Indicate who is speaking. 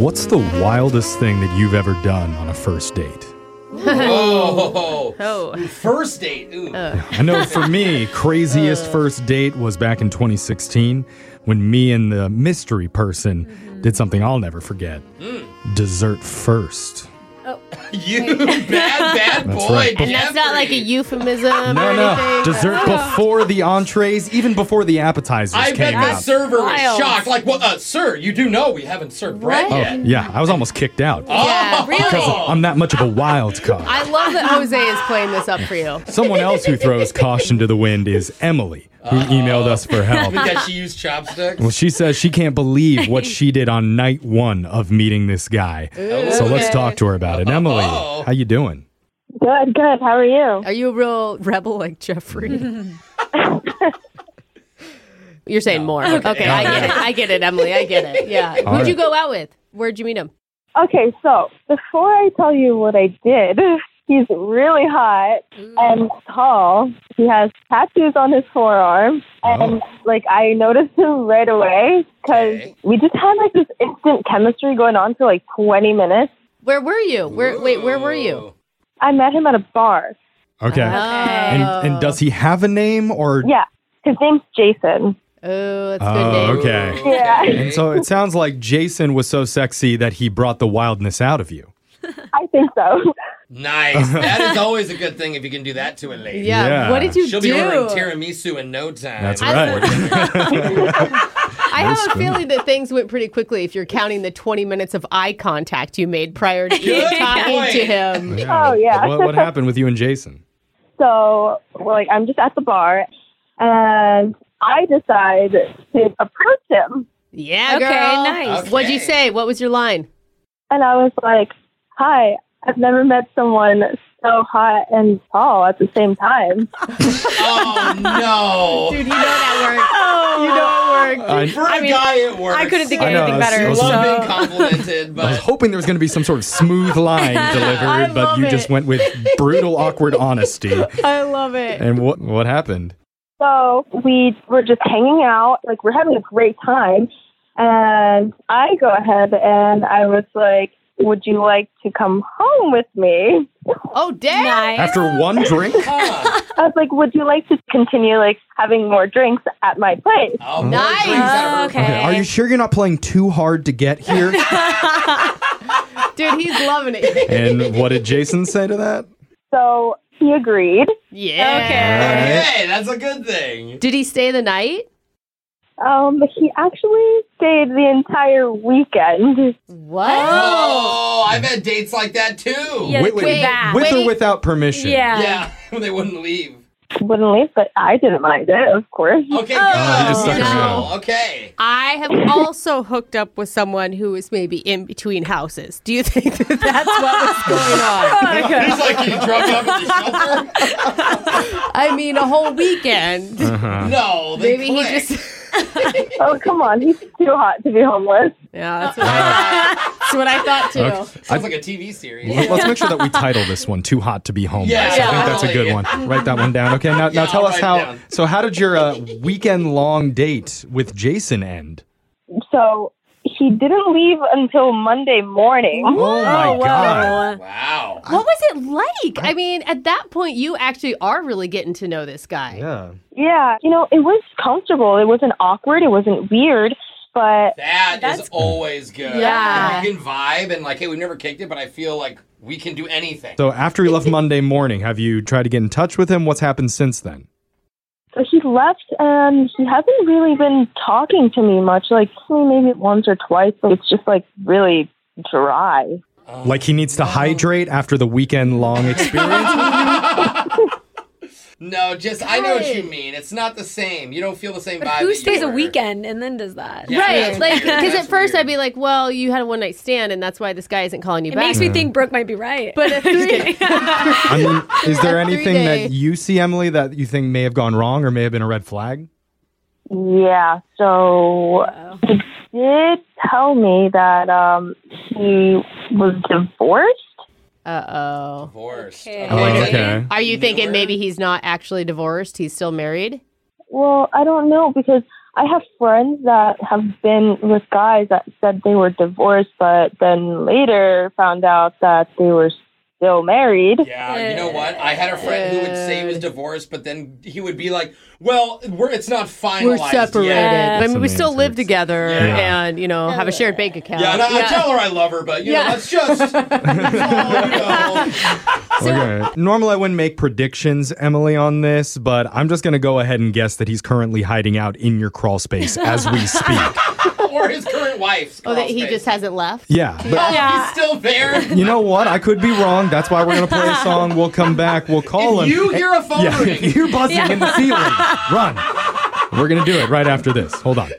Speaker 1: What's the wildest thing that you've ever done on a first date?
Speaker 2: Oh.
Speaker 3: Oh.
Speaker 2: First date. Ooh.
Speaker 1: I know for me, craziest first date was back in 2016 when me and the mystery person did something I'll never forget. Dessert first.
Speaker 2: You bad, bad
Speaker 1: That's
Speaker 2: boy.
Speaker 1: right.
Speaker 3: And that's not like a euphemism
Speaker 1: No,
Speaker 3: or
Speaker 1: no.
Speaker 3: anything.
Speaker 1: Dessert before the entrees, even before the appetizers
Speaker 2: I bet
Speaker 1: came
Speaker 2: the
Speaker 1: out.
Speaker 2: server was
Speaker 3: Wild.
Speaker 2: shocked. Like, well, uh, sir, you do know we haven't served bread
Speaker 3: Right?
Speaker 2: yet.
Speaker 1: Yeah, I was almost kicked out.
Speaker 2: Oh.
Speaker 3: Yeah,
Speaker 1: Oh. Because
Speaker 3: really.
Speaker 1: I'm that much of a wild card.
Speaker 3: I love that Jose is playing this up for you.
Speaker 1: Someone else who throws caution to the wind is Emily, who emailed us for help.
Speaker 2: Because she used chopsticks.
Speaker 1: Well, she says she can't believe what she did on night one of meeting this guy. so let's talk to her about it. Emily,
Speaker 2: Uh-oh.
Speaker 1: how you doing?
Speaker 4: Good, good. How are you?
Speaker 3: Are you a real rebel like Jeffrey? You're saying more. Okay, I get it. I get it, Emily. I get it. Yeah. Who'd
Speaker 1: right.
Speaker 3: you go out with? Where'd you meet him?
Speaker 4: Okay, so before I tell you what I did, he's really hot and tall. He has tattoos on his forearm, and like I noticed him right away because
Speaker 2: Okay.
Speaker 4: we just had like this instant chemistry going on for like 20 minutes.
Speaker 3: Where were you? Where wait, where were you?
Speaker 4: I met him at a bar.
Speaker 1: Okay. And, and does he have a name or?
Speaker 4: Yeah, his name's Jason.
Speaker 3: Oh, that's a good
Speaker 1: Oh,
Speaker 3: name.
Speaker 1: okay.
Speaker 4: Yeah.
Speaker 1: And so it sounds like Jason was so sexy that he brought the wildness out of you.
Speaker 4: I think so.
Speaker 2: Nice. That is always a good thing if you can do that to a lady.
Speaker 3: Yeah.
Speaker 1: Yeah.
Speaker 3: What did you
Speaker 2: She'll
Speaker 3: do?
Speaker 2: be ordering tiramisu in no time. Oh,
Speaker 1: That's
Speaker 3: I-
Speaker 1: right.
Speaker 3: I have a
Speaker 1: Listen.
Speaker 3: feeling that things went pretty quickly if you're counting the 20 minutes of eye contact you made prior to you
Speaker 2: Good
Speaker 3: talking
Speaker 2: point.
Speaker 3: to him.
Speaker 4: Oh, yeah.
Speaker 1: What, what happened with you and Jason?
Speaker 4: So, well, like, I'm just at the bar, and I decide to approach him.
Speaker 3: Yeah,
Speaker 5: Okay,
Speaker 3: girl.
Speaker 5: nice.
Speaker 3: What'd you
Speaker 2: Okay.
Speaker 3: say? What was your line?
Speaker 4: And I was like, hi, I've never met someone so hot and tall at the same time.
Speaker 2: Oh, no.
Speaker 3: Dude, you know that worked. You know it worked.
Speaker 1: I,
Speaker 2: For a guy, it works.
Speaker 5: I couldn't think of
Speaker 1: I know,
Speaker 5: anything
Speaker 1: I was-
Speaker 5: better.
Speaker 1: I was
Speaker 2: Love
Speaker 5: so-
Speaker 2: being complimented,
Speaker 1: I was
Speaker 2: but
Speaker 1: hoping there was going to be some sort of smooth line delivered, but
Speaker 3: love
Speaker 1: you
Speaker 3: it.
Speaker 1: just went with brutal, awkward honesty.
Speaker 3: I love it.
Speaker 1: And what what happened?
Speaker 4: So we were just hanging out, like we're having a great time. And I go ahead and I was like, would you like to come home with me?
Speaker 3: Oh, damn.
Speaker 5: Nice.
Speaker 1: After one drink?
Speaker 2: huh.
Speaker 4: I was like, would you like to continue like having more drinks at my place?
Speaker 2: Oh, more
Speaker 3: Nice.
Speaker 2: drinks out of her-
Speaker 5: Okay.
Speaker 1: Okay, Are you sure you're not playing too hard to get here?
Speaker 3: Dude, he's loving it.
Speaker 1: and what did Jason say to that?
Speaker 4: So he agreed.
Speaker 3: Yeah.
Speaker 5: Okay.
Speaker 2: Okay, that's a good thing.
Speaker 3: Did he stay the night?
Speaker 4: Um, he actually stayed the entire weekend.
Speaker 3: What?
Speaker 2: Oh, I've had dates like that too.
Speaker 5: Yeah.
Speaker 3: wait,
Speaker 5: back.
Speaker 1: with or
Speaker 3: wait.
Speaker 1: without permission?
Speaker 5: Yeah.
Speaker 2: Yeah, when they wouldn't leave.
Speaker 4: Wouldn't leave, but I didn't mind it, of course.
Speaker 2: Okay, good.
Speaker 1: Oh, you just suck
Speaker 2: No,
Speaker 1: her
Speaker 2: Okay.
Speaker 3: I have also hooked up with someone who is maybe in between houses. Do you think that that's what was going on?
Speaker 2: He's like, you drunk up at the shelter?
Speaker 3: I mean, a whole weekend.
Speaker 1: Uh-huh.
Speaker 2: No, they
Speaker 3: Maybe he
Speaker 2: click.
Speaker 3: just.
Speaker 4: Oh, come on. He's too hot to be homeless.
Speaker 3: Yeah, that's what I thought. That's what I thought too.
Speaker 1: Okay.
Speaker 2: Sounds like a TV series.
Speaker 1: Let- Let's make sure that we title this one "Too Hot to Be Homeless."
Speaker 2: Yeah,
Speaker 1: I think that's a good
Speaker 2: yeah.
Speaker 1: one. Write that one down. Okay, now, now
Speaker 2: Yeah,
Speaker 1: tell
Speaker 2: I'll
Speaker 1: us
Speaker 2: write
Speaker 1: how.
Speaker 2: it down.
Speaker 1: So, how did your uh, weekend-long date with Jason end?
Speaker 4: So he didn't leave until Monday morning.
Speaker 1: Oh my god!
Speaker 2: Wow.
Speaker 3: What was it like? I mean, at that point, you actually are really getting to know this guy.
Speaker 1: Yeah.
Speaker 4: Yeah, you know, it was comfortable. It wasn't awkward. It wasn't weird. But
Speaker 2: That's... always good.
Speaker 3: Yeah.
Speaker 2: When You can vibe and like, hey, we've never kicked it, but I feel like we can do anything.
Speaker 1: So, after he left Monday morning, have you tried to get in touch with him? What's happened since then?
Speaker 4: so he left and he hasn't really been talking to me much. Like, hmm, maybe once or twice, but it's just like really dry.
Speaker 1: Like he needs to hydrate after the weekend-long experience.
Speaker 2: No, just I know what you mean. It's not the same. You don't feel the same vibe.
Speaker 5: Who
Speaker 2: that
Speaker 5: stays
Speaker 2: you
Speaker 5: a
Speaker 2: were.
Speaker 5: weekend and then does that?
Speaker 2: Yeah,
Speaker 3: Right,
Speaker 2: that's
Speaker 3: like
Speaker 2: weird.
Speaker 3: because at
Speaker 2: That's
Speaker 3: first
Speaker 2: weird.
Speaker 3: I'd be like, "Well, you had a one night stand, and that's why this guy isn't calling you
Speaker 5: It
Speaker 3: back."
Speaker 5: makes me think Brooke might be right.
Speaker 3: but a three,
Speaker 1: I mean, is there
Speaker 3: A
Speaker 1: anything
Speaker 3: three-day-
Speaker 1: that you see, Emily, that you think may have gone wrong or may have been a red flag?
Speaker 4: Yeah, so he did tell me that um, he was divorced.
Speaker 3: uh oh.
Speaker 2: divorced.
Speaker 5: Okay.
Speaker 1: Oh,
Speaker 2: is it-
Speaker 1: okay.
Speaker 3: Are you thinking
Speaker 2: Newer?
Speaker 3: maybe he's not actually divorced? He's still married.
Speaker 4: Well, I don't know because I have friends that have been with guys that said they were divorced, but then later found out that they were still married.
Speaker 2: Yeah, you know what? I had a friend who would say he was divorced, but then he would be like, "Well, we're it's not finalized
Speaker 3: We're
Speaker 2: yet."
Speaker 3: separated. I mean, we
Speaker 1: Some
Speaker 3: still live
Speaker 1: answers.
Speaker 3: together
Speaker 1: Yeah.
Speaker 3: and, you know, have a shared bank account.
Speaker 2: Yeah, and I, I tell her I love her, but you know,
Speaker 3: Yeah.
Speaker 2: that's just. that's all, you know.
Speaker 1: Okay. uh, Normally, I wouldn't make predictions, Emily, on this, but I'm just going to go ahead and guess that he's currently hiding out in your crawl space as we speak.
Speaker 2: or his current wife's.
Speaker 3: Oh, that
Speaker 2: crawl
Speaker 3: he
Speaker 2: space.
Speaker 3: just hasn't left?
Speaker 1: Yeah. But
Speaker 2: He's still there.
Speaker 1: you know what? I could be wrong. That's why we're going to play a song. We'll come back. We'll call
Speaker 2: If
Speaker 1: him.
Speaker 2: you hear a phone
Speaker 1: yeah,
Speaker 2: ringing.
Speaker 1: if you're buzzing in the ceiling, run. We're going to do it right after this. Hold on.